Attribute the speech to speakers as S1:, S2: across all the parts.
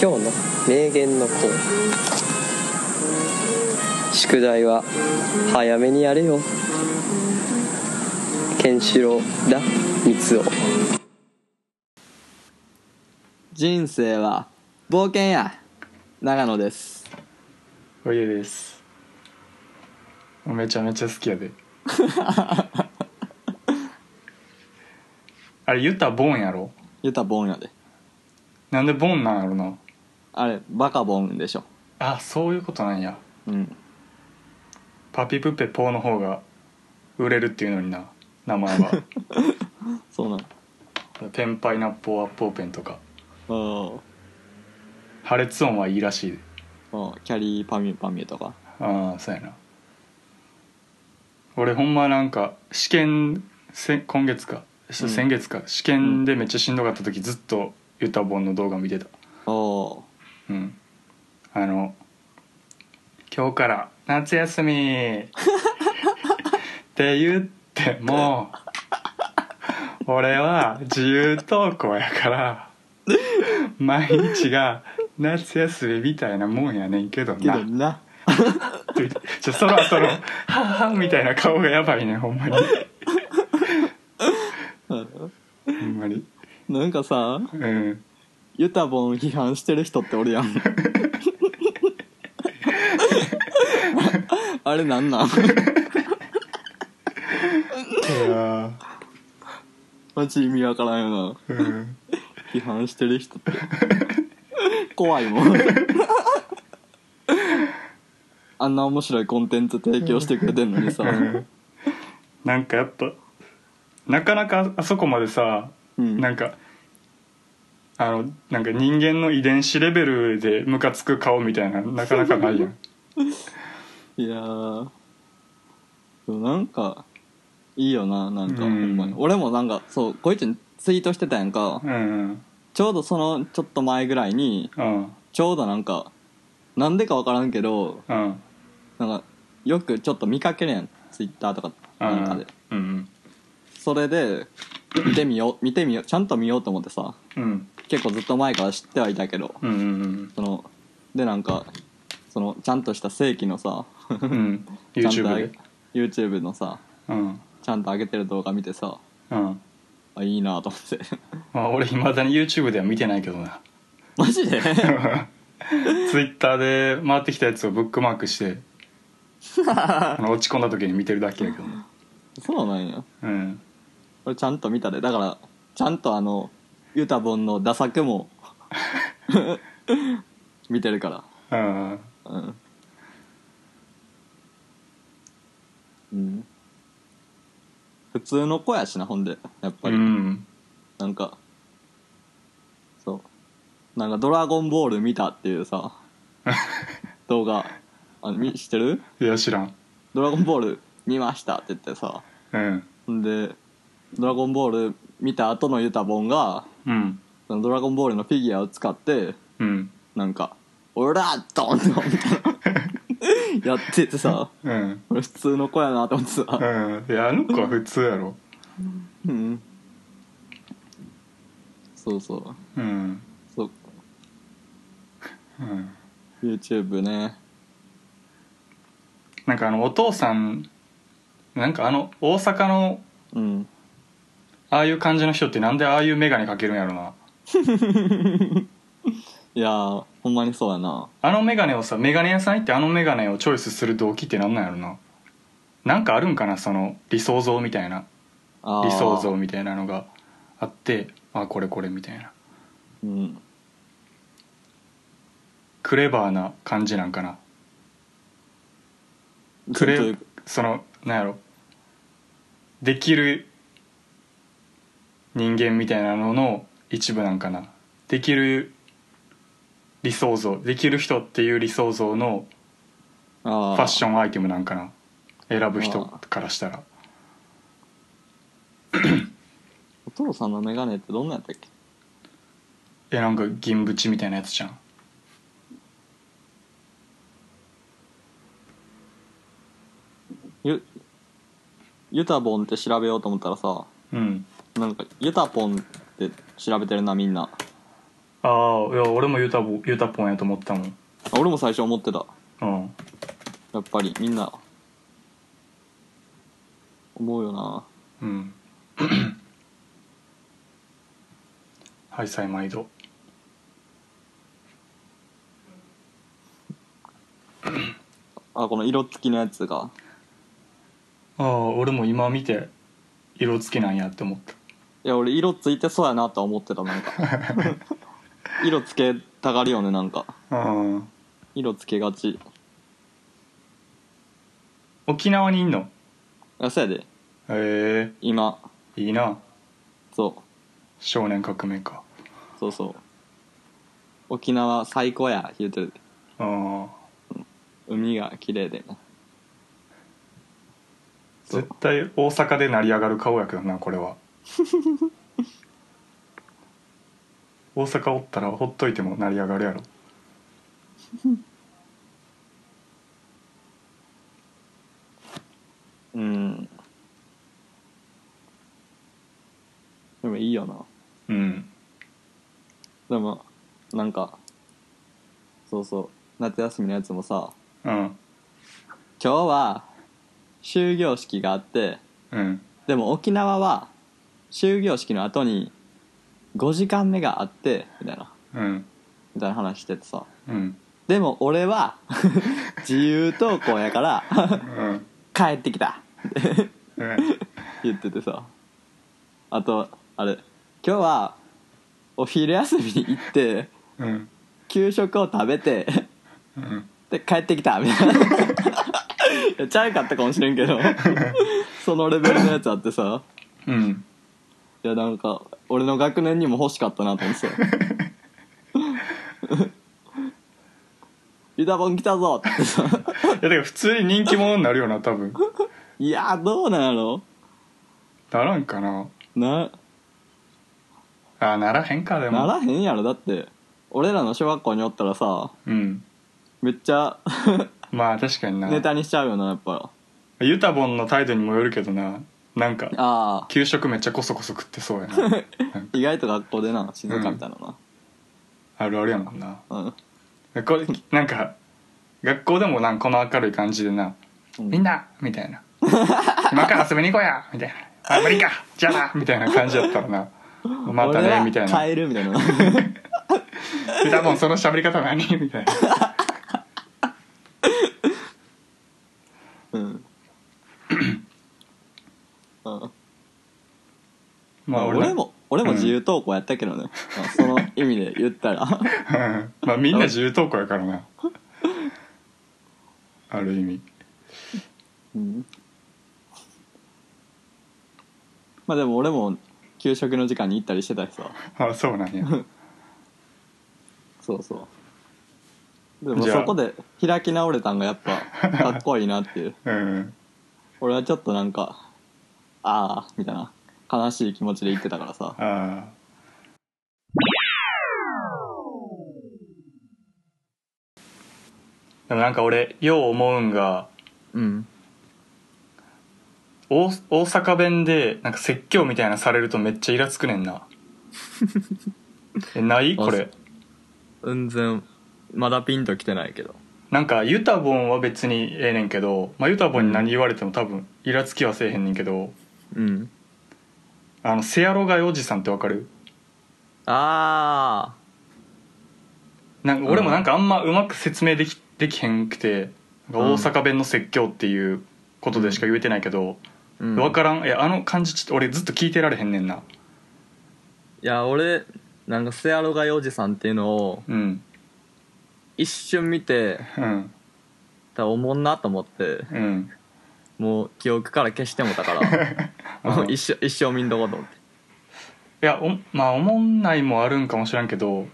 S1: 今日の名言のコーナー宿題は早めにやれよケンシロウだ三つ人生は冒険や長野です
S2: おゆですめちゃめちゃ好きやで あれ言ったらボンやろ
S1: 言ったらボンやで
S2: なんでボンなんやろな
S1: あれバカボンでしょ
S2: あそういうことなんや
S1: うん
S2: パピプペポーの方が売れるっていうのにな名前 は
S1: そうなの
S2: ペンパイナッポーアッポーペンとか
S1: うん
S2: 破裂音はいいらしいで
S1: うんキャリーパミュパミュとか
S2: ああそうやな俺ほんまなんか試験せ今月かし
S1: うん
S2: 先月か、試験でめっちゃしんどかった時ずっとユタボンの動画見てた
S1: お
S2: うんあの「今日から夏 休み」って言っても俺は自由登校や から毎日が夏休みみたいなもんやねんけど
S1: け
S2: な
S1: どな
S2: ちょそろそろ「はぁはぁみたいな顔がやばいねほんまにほんまに
S1: なんかさ
S2: うん
S1: ユタボン批判してる人っておるやん あれなんなん
S2: いや
S1: マジ意味わからんよ
S2: ーうん
S1: な批判してる人って怖いもんあんな面白いコンテンツ提供してくれてんのにさ
S2: うんなんかやっぱなかなかあそこまでさ、
S1: うん
S2: なんかあのなんか人間の遺伝子レベルでムカつく顔みたいななかなかないやん
S1: いやーでもなんかいいよななんか、
S2: うん
S1: ほんまに俺もなんかそうこいつにツイートしてたやんか
S2: うん
S1: ちょうどそのちょっと前ぐらいに
S2: うん
S1: ちょうどなんかなんでかわからんけど
S2: うん
S1: なんかよくちょっと見かけるやんツイッターとかなんかで
S2: うん
S1: それで見てみよう見てみようちゃんと見ようと思ってさ
S2: うん
S1: 結構ずっと前から知ってはいたけど
S2: うんうん
S1: そのでなんかそのちゃんとした正規のさ
S2: うん
S1: ちゃんと
S2: YouTube で
S1: YouTube のさ
S2: うん
S1: ちゃんと上げてる動画見てさ
S2: うん
S1: あいいなと思って
S2: まあ俺いまだに YouTube では見てないけどな
S1: マジ で
S2: Twitter で回ってきたやつをブックマークしてあの落ち込んだ時に見てるだけやけどな
S1: そうなんや
S2: うん
S1: 俺ちゃんと見たでだからちゃんとあのユタボンのダ作も 見てるから
S2: うん
S1: うん、うん、普通の子やしなほんでやっぱ
S2: う
S1: り、
S2: ん
S1: なんかそうなんか「ドラゴンボール見た」っていう さ動画あのみ知ってる?
S2: いや知らん
S1: 「ドラゴンボール見ました」って言ってさ
S2: うん
S1: ほんで「ドラゴンボール見た後のユタボンが
S2: うん
S1: そのドラゴンボールのフィギュアを使って
S2: うん
S1: なんか「オラドンドン!」みたいなやっててさ
S2: うん
S1: 俺普通の子やなと思ってさ
S2: うんいやあの子は普通やろ
S1: うんそうそう
S2: うん
S1: そう
S2: うん
S1: YouTube ね
S2: なんかあのお父さんなんかあの大阪の
S1: うん
S2: ああいう感じの人ってなんでああいう眼鏡かけるんやろない
S1: やーほんまにそうやな
S2: あの眼鏡をさ眼鏡屋さん行ってあの眼鏡をチョイスする動機ってなんなんやろななんかあるんかなその理想像みたいな
S1: あー
S2: 理想像みたいなのがあってあこれこれみたいな
S1: うん
S2: クレバーな感じなんかなク
S1: ちょっ
S2: レ
S1: と
S2: そのなんやろできる人間みたいなのの一部なんかなできる理想像できる人っていう理想像の
S1: あ
S2: ファッションアイテムなんかな選ぶ人
S1: あ
S2: からしたら
S1: お父さんのメガネってどんなんやったっけ
S2: えなんか銀縁みたいなやつじゃん
S1: ゆユタボンって調べようと思ったらさ
S2: うん
S1: なんかユタポンって調べてるなみんな
S2: ああいや俺もユタボユタポンやと思ったもん
S1: あ俺も最初思ってた
S2: うん
S1: やっぱりみんな思うよな
S2: うん。 はい、さい、毎度。
S1: あこの色付きのやつが
S2: ああ、俺も今見て、色付きなんやって思った。
S1: いや俺色ついてそうやなとは思ってたなんか色つけたがるよねなんか
S2: ああ。
S1: 色つけがち
S2: 沖縄にいんの
S1: あそうやで
S2: へ
S1: 今
S2: え、いいな。
S1: そ
S2: 少年革命か。
S1: うそうそう沖縄最高や言うてる
S2: ああ。
S1: 海が綺麗でそう
S2: 絶対大阪で成り上がる顔やけどな、これ は。大阪おったらほっといても成り上がるやろ。
S1: うんでもいいよな
S2: うん。
S1: でもなんかそうそう夏休みのやつもさ
S2: うん。
S1: 今日は終業式があって
S2: うん。
S1: でも沖縄は終業式の後に5時間目があってみたいな
S2: うん。
S1: みたいな話しててさ
S2: うん。
S1: でも俺は 自由登校やから
S2: うん。
S1: 帰ってきた
S2: うん。
S1: 言っててさあとあれ今日はお昼休みに行って
S2: うん。
S1: 給食を食べて
S2: うん。
S1: で帰ってきたみたいない やちゃうかったかもしれんけどそのレベルのやつあってさ
S2: うん
S1: いやなんか俺の学年にも欲しかったなと思 ってさ「ビタボン来たぞ」ってさ
S2: いやだから普通に人気者になるよな多分
S1: 「いやどうなんやろ
S2: ならんかな
S1: な
S2: あならへんかでも
S1: ならへんやろだって俺らの小学校におったらさ
S2: うん
S1: めっちゃ
S2: まあ確かにな
S1: ネタにしちゃうよなやっぱ
S2: ユタボンの態度にもよるけどななんか
S1: ああ
S2: 給食めっちゃコソコソ食ってそうやな
S1: 意外と学校でな静かみたいな
S2: あるあるやもんな
S1: なうん、
S2: これなんか学校でもなんかこの明るい感じでな「
S1: うん
S2: みんな!」みたいな 「今から遊びに行こうや!」みたいな「あ無理かじゃあ な!」みたいな感じやったらな「また
S1: 俺
S2: ね」
S1: は
S2: みたいな
S1: 帰るみたいな
S2: 「ユタボンその喋り方何?」みたいな
S1: うん、うん
S2: まあ俺
S1: 俺も俺も自由投稿やったけどね、まあその意味で言ったら
S2: うんまあみんな自由投稿やからなある意味
S1: うんまあでも俺も給食の時間に行ったりしてたしさ
S2: あそうなん や
S1: そうそうでも
S2: じゃあ
S1: そこで開き直れたんがやっ ぱかっこいいなっていう
S2: うん
S1: 俺はちょっとなんかああみたいな悲しい気持ちで言ってたからさ
S2: あーでもなんか俺よう思うんが
S1: うん
S2: 大大阪弁でなんか説教みたいなされるとめっちゃイラつくねんなえないこれ
S1: 全然まだピンときてないけど
S2: なんかユタボンは別にええねんけど、まあ、ユタボンに何言われても多分イラつきはせえへんねんけど
S1: うん
S2: あのせやろがいおじさんってわかる
S1: ああ
S2: なんか俺もなんかあんまうまく説明できできへんくてなんか大阪弁の説教っていうことでしか言えてないけど、
S1: うん
S2: 分からんいやあの感じちょっと俺ずっと聞いてられへんねんない
S1: や俺なんかセアロガイおじさんっていうのを
S2: うん
S1: 一瞬見て
S2: うん
S1: 多分おもんなと思って
S2: うん
S1: もう記憶から消してもたから
S2: あ
S1: も
S2: の
S1: う
S2: い
S1: 一生一生見んとこと思って
S2: やおまあおもんないもあるんかもしらんけど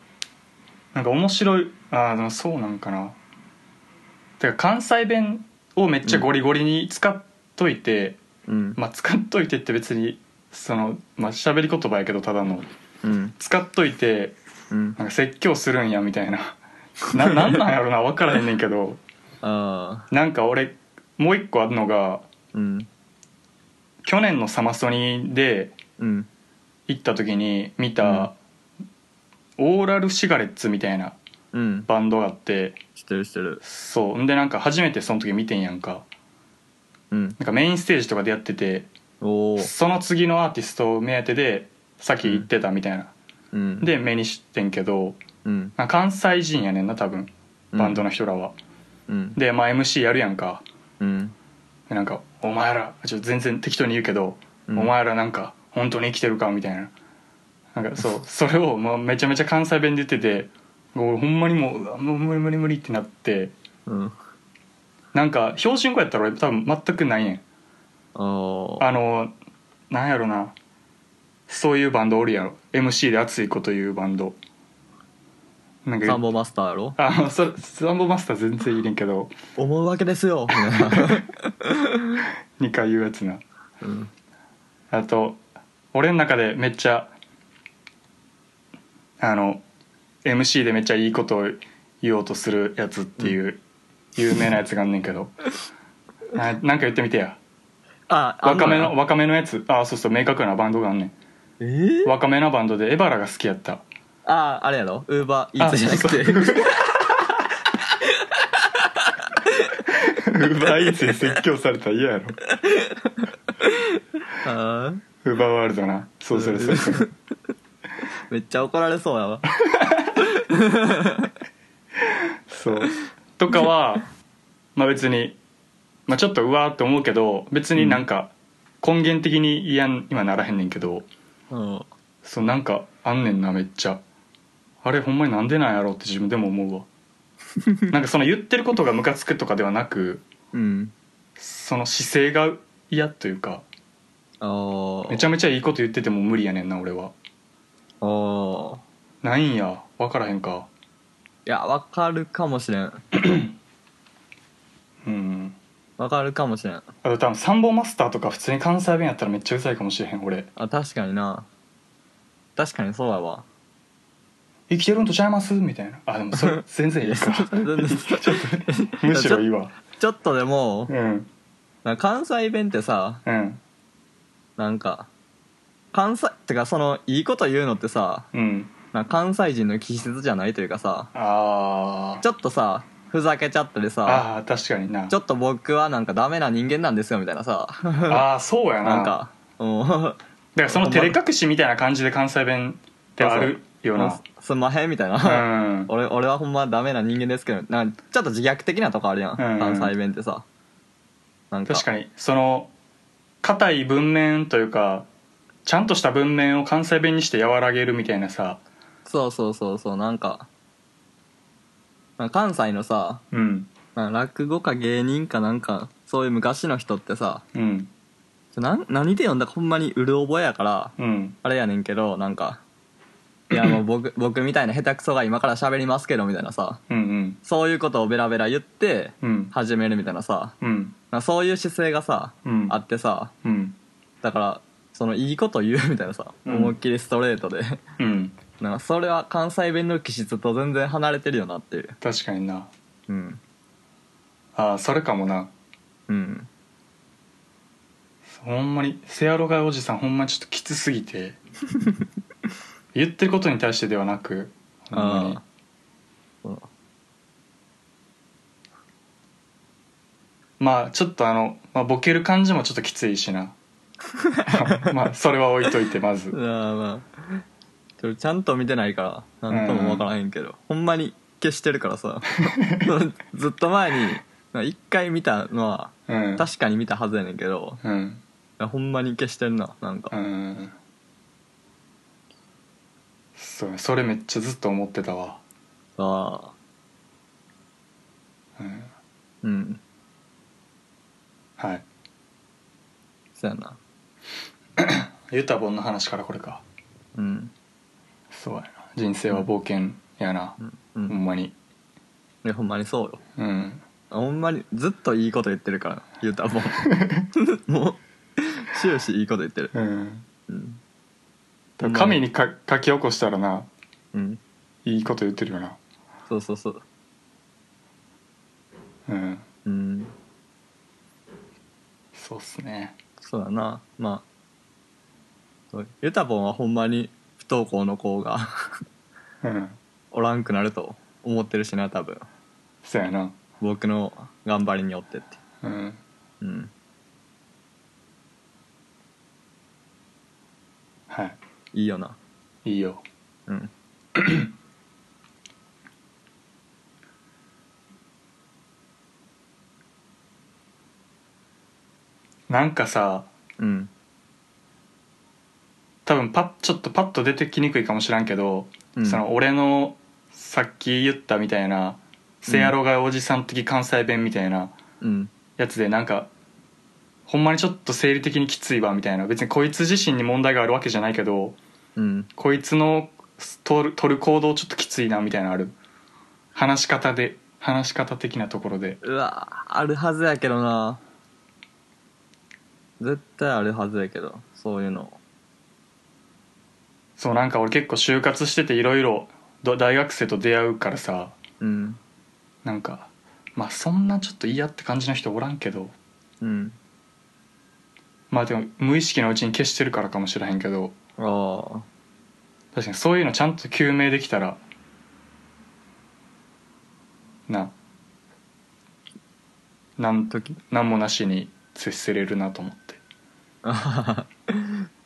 S2: なんか面白いああでもそうなんかなてか関西弁をめっちゃゴリゴリに使っといて、
S1: うん
S2: まあ使っといてって別にそのまあ喋り言葉やけどただの
S1: うん
S2: 使っといて
S1: うん
S2: なんか説教するんやみたいな ななんなんやろな分からへんねんけど
S1: ああ
S2: なんか俺もう一個あるのが
S1: うん
S2: 去年のサマソニで
S1: うん
S2: 行った時に見た、オーラルシガレッツみたいな
S1: うん
S2: バンドがあって
S1: 知ってる知ってる
S2: そうんでなんか初めてその時見てんやんか
S1: うん
S2: なんかメインステージとかでやってて
S1: おお
S2: その次のアーティストを目当てでさっき言ってたみたいな、
S1: うん
S2: で目にしてんけど
S1: うん
S2: なんか関西人やねんな多分バンドの人らは、
S1: うん
S2: で、まあ、MC やるやんか
S1: うん
S2: でなんか「お前らちょっと全然適当に言うけど、
S1: うん
S2: お前らなんか本当に生きてるか?」みたいななんか そうそれをもうめちゃめちゃ関西弁で言ってて俺ほんまにもううわもう無理無理無理ってなって
S1: うん
S2: なんか標準語やったら俺多分全くないねん
S1: おー
S2: あのなんやろなそういうバンドおるやろ MC で熱いこと言うバンドなん
S1: サン
S2: か
S1: ボマスターやろ
S2: あそサンボマスター全然いいねんけど
S1: 思うわけですよ
S2: 2回言うやつな
S1: うん
S2: あと俺の中でめっちゃあの MC でめっちゃいいことを言おうとするやつっていう有名なやつがあんねんけ どななんか言ってみてや
S1: ああん
S2: 若め
S1: や
S2: の若めのやつあそうそう明確なバンドがあんねん
S1: えー
S2: 若めのバンドでエバラが好きやった
S1: ああれやろウーバーイーツじゃなくて
S2: 奪いつに説教されたら嫌やろ
S1: あー
S2: ウーバーワールドなそ うするそうする
S1: めっちゃ怒られそうやわ
S2: そうとかはまあ別に、まあ、ちょっとうわーって思うけど別になんか根源的に嫌に今ならへんねんけど
S1: うん
S2: そうなんかあんねんなめっちゃあれほんまになんでなんやろうって自分でも思 うわなんかその言ってることがムカつくとかではなく
S1: うん
S2: その姿勢が嫌というか
S1: おー
S2: めちゃめちゃいいこと言ってても無理やねんな俺は
S1: おー
S2: ないんや分からへんか
S1: いやわかるかもしれん
S2: うん
S1: わかるかもしれん
S2: あと多分サンボマスターとか普通に関西弁やったらめっちゃうざいかもしれへん俺
S1: あ確かにな確かにそうやわ
S2: 生きてるんとちゃいますみたいなあでも それ全然いいかちょっと むしろいいわ
S1: ちょっとでも
S2: うん
S1: なんか関西弁ってさ
S2: うん
S1: なんか関西ってかそのいいこと言うのってさ
S2: うん
S1: なんか関西人の気質じゃないというかさ
S2: あー
S1: ちょっとさふざけちゃったりさ
S2: あー確かにな
S1: ちょっと僕はなんかダメな人間なんですよみたいなさ
S2: ああそうやな
S1: なんかうん
S2: だからその照れ隠しみたいな感じで関西弁ってあるよ
S1: も
S2: な
S1: うすんまへんみたいな、
S2: うん
S1: 俺俺はほんまダメな人間ですけどなんかちょっと自虐的なとこあるやん、
S2: うん
S1: 関西弁ってさなんか
S2: 確かにその硬い文面というかちゃんとした文面を関西弁にして和らげるみたいなさ
S1: そうそうそうそうなんかなんか関西のさ
S2: うん
S1: なんか落語家芸人かなんかそういう昔の人ってさ
S2: うん
S1: ちょなん何で読んだかほんまにうる覚えやから
S2: うん
S1: あれやねんけどなんかいやもう 僕僕みたいな下手くそが今から喋りますけどみたいなさ
S2: うんうん
S1: そういうことをベラベラ言って
S2: うん
S1: 始めるみたいなさ
S2: うん
S1: なんかそういう姿勢がさ
S2: うん
S1: あってさ
S2: うん
S1: だからそのいいこと言うみたいなさ、
S2: うん
S1: 思いっきりストレートで
S2: うん
S1: なんかそれは関西弁の気質と全然離れてるよなっていう
S2: 確かにな
S1: うん
S2: ああそれかもな
S1: うん
S2: ほんまにせやろがいおじさんほんまちょっときつす ぎて言ってることに対してではなくほんまに
S1: ああうん
S2: まあちょっとあの、まあ、ボケる感じもちょっときついしな まあそれは置いといてまず
S1: まあまあちょちゃんと見てないからなんとも分からへんけど、ほんまに消してるからさずっと前になんか一回見たのは
S2: うん
S1: 確かに見たはずやねんけど
S2: うん
S1: ほんまに消してるななん
S2: う
S1: か
S2: んそうそれめっちゃずっと思ってたわ、
S1: ああ
S2: う
S1: う
S2: ん、
S1: ん
S2: はい
S1: そうやな
S2: ゆたぼんの話からこれか
S1: うん
S2: そうやな人生は冒険やな、
S1: うんう
S2: ほ
S1: ん
S2: んまに
S1: いやほんまにそうよ
S2: うん
S1: ほんまにずっといいこと言ってるから言うたらもうもう終始いいこと言ってる
S2: うん
S1: うん
S2: 多分神にか書き起こしたらな
S1: うん
S2: いいこと言ってるよな
S1: そうそうそう
S2: うん
S1: うん
S2: そうっすね
S1: そうだなまあそうユタボンはほんまに不登校の子が
S2: うん
S1: おらんくなると思ってるしな多分
S2: そうやな
S1: 僕の頑張りによってって
S2: うん
S1: うん
S2: はい
S1: いいよない
S2: いよ
S1: うん
S2: なんかさ
S1: うん
S2: 多分パッちょっとパッと出てきにくいかもしらんけど、
S1: うん
S2: その俺のさっき言ったみたいなせやろがおじさん的関西弁みたいな
S1: うん
S2: やつでなんかほんまにちょっと生理的にきついわみたいな別にこいつ自身に問題があるわけじゃないけど
S1: うん
S2: こいつの取る取る行動ちょっときついなみたいなのある話し方で話し方的なところで
S1: うわあるはずやけどな絶対あるはずやけどそういうの
S2: そうなんか俺結構就活してていろいろ大学生と出会うからさ
S1: うん
S2: なんかまあそんなちょっと嫌って感じの人おらんけど
S1: うん
S2: まあでも無意識のうちに消してるからかもしれへんけど
S1: ああ
S2: 確かにそういうのちゃんと究明できたらななんと
S1: 時
S2: 何もなしに接せれるなと思って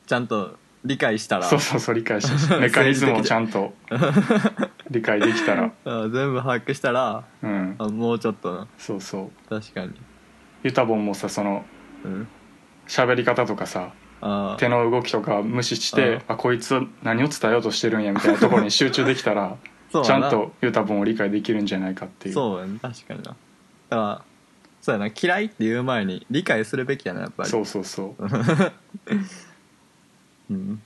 S1: ちゃんと理解したら
S2: そうそうそう理解し たしメカニズムをちゃんと理解でき たら
S1: あー全部把握したら
S2: うん
S1: あもうちょっとな
S2: そうそう
S1: 確かに
S2: ユタボンもさその
S1: うん
S2: 喋り方とかさ
S1: あ
S2: 手の動きとか無視して、
S1: うん
S2: あこいつは何を伝えようとしてるんやみたいなところに集中できたら
S1: あ
S2: ちゃんとユタボンを理解できるんじゃないかっていう
S1: そうやね確かになだからそうやな嫌いって言う前に理解するべきやなやっぱり
S2: そうそうそう
S1: うん、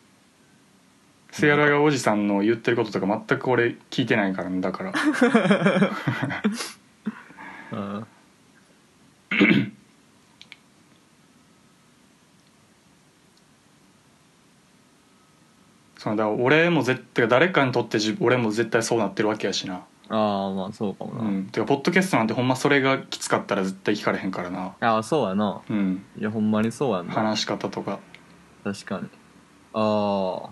S2: セアラがおじさんの言ってることとか全く俺聞いてないからねだから
S1: あ
S2: そのだから俺も絶対誰かにとって自俺も絶対そうなってるわけやしな
S1: あーまあそうかも
S2: う
S1: な、
S2: んてかポッドキャストなんてほんまそれがきつかったら絶対聞かれへんからな
S1: ああそうやな
S2: うん
S1: いやほんまにそうやな
S2: 話し方とか
S1: 確かにああ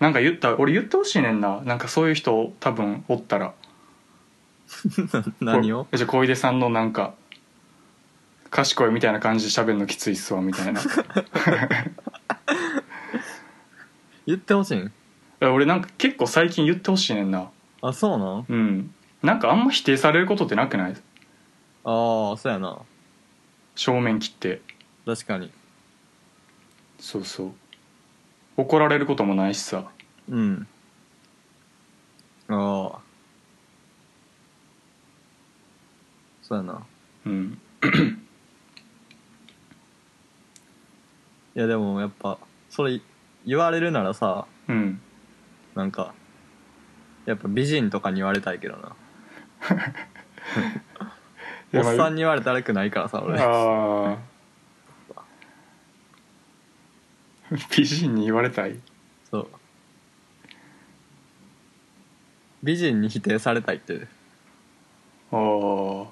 S2: なんか言った俺言ってほしいねんななんかそういう人多分おったら
S1: 何を
S2: こじゃあ小出さんのなんか賢いみたいな感じで喋るのきついっすわ みたいな
S1: 言ってほしいん
S2: 俺なんか結構最近言ってほしいねんな
S1: あそうなん
S2: うんなんかあんま否定されることってなくない
S1: ああそうやな
S2: 正面切って
S1: 確かに
S2: そうそう怒られることもないしさ
S1: うんああそうやな
S2: うん
S1: いやでもやっぱそれ言われるならさ
S2: うん
S1: なんかやっぱ美人とかに言われたいけどなおっ
S2: やば
S1: さ
S2: い
S1: んに言われたらくないからさ俺
S2: ああ 美人に言われたい
S1: そう美人に否定されたいって
S2: ああ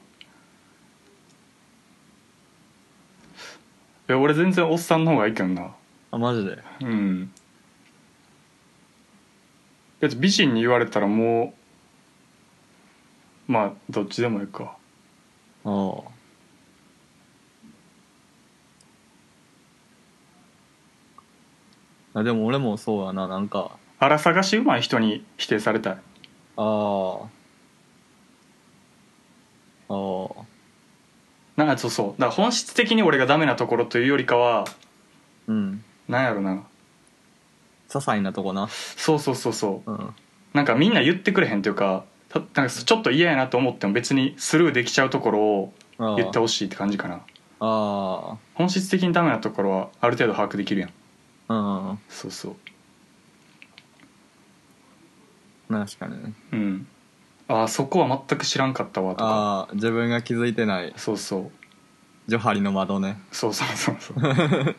S2: いや俺全然おっさんの方がいいけどな
S1: あマジで
S2: うんだって美人に言われたらもうまあどっちでもいいか
S1: あああでも俺もそうやななんか
S2: 荒探しうまい人に否定されたい
S1: ああああ
S2: なんかそうそうだから本質的に俺がダメなところというよりかは
S1: うん
S2: なんやろな
S1: 些細なとこな
S2: そうそうそうそう
S1: うん
S2: なんかみんな言ってくれへんというかたなんかちょっと嫌やなと思っても別にスルーできちゃうところを
S1: ああ
S2: 言ってほしいって感じかな
S1: あ
S2: 本質的にダメなところはある程度把握できるやん
S1: あうん
S2: そうそう
S1: 確かにね
S2: うんああそこは全く知らんかったわとか
S1: ああ自分が気づいてない
S2: そうそう
S1: ジョハリの窓ね
S2: そうそうそうそう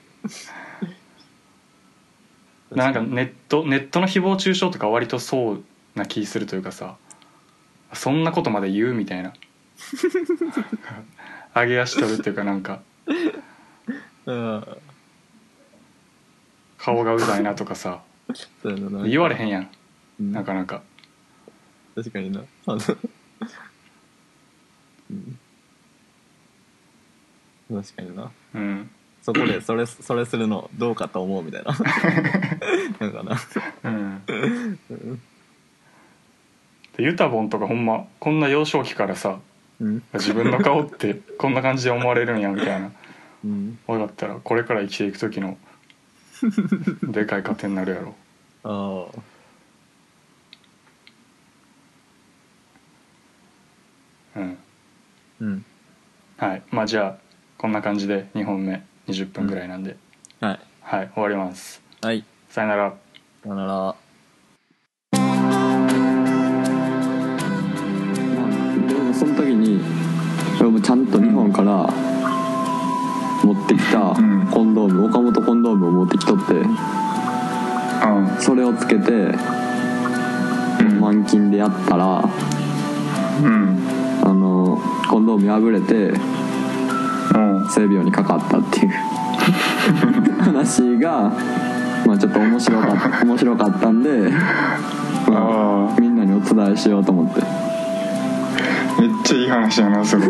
S2: なんかネットネットの誹謗中傷とか割とそうな気するというかさそんなことまで言うみたいな 上げ足取るっていうかなんか
S1: うん
S2: 顔がうざいなとかさ
S1: そうやな
S2: 言われへんやん
S1: うん
S2: なかなか
S1: 確かにな あのうん確かにな
S2: うん
S1: そこでそれそれするのどうかと思うみたいな なんかな
S2: うんでユタボンとかほんまこんな幼少期からさ
S1: うん
S2: 自分の顔ってこんな感じで思われるんやみたいな
S1: うん
S2: 俺だったらこれから生きていく時 のでかい糧になるやろ
S1: ああ
S2: うん
S1: うん
S2: はいまあじゃあこんな感じで2本目20分ぐらいなんで、
S1: はい
S2: はい終わります
S1: はい
S2: さよなら
S1: さよなら
S3: でもその時に俺もちゃんと日本から持ってきた
S2: ん
S3: コンドーム、岡本コンドームを持ってきとって
S2: う
S3: それをつけて満金でやったらあ
S2: うん
S3: のコンドーム破れて
S2: うん
S3: 性病にかかったっていう話が、まあ、ちょっと面白かった面白かったんで、ま
S2: あ
S3: あ、みんなにお伝えしようと思って
S2: あめっちゃいい話やなそれ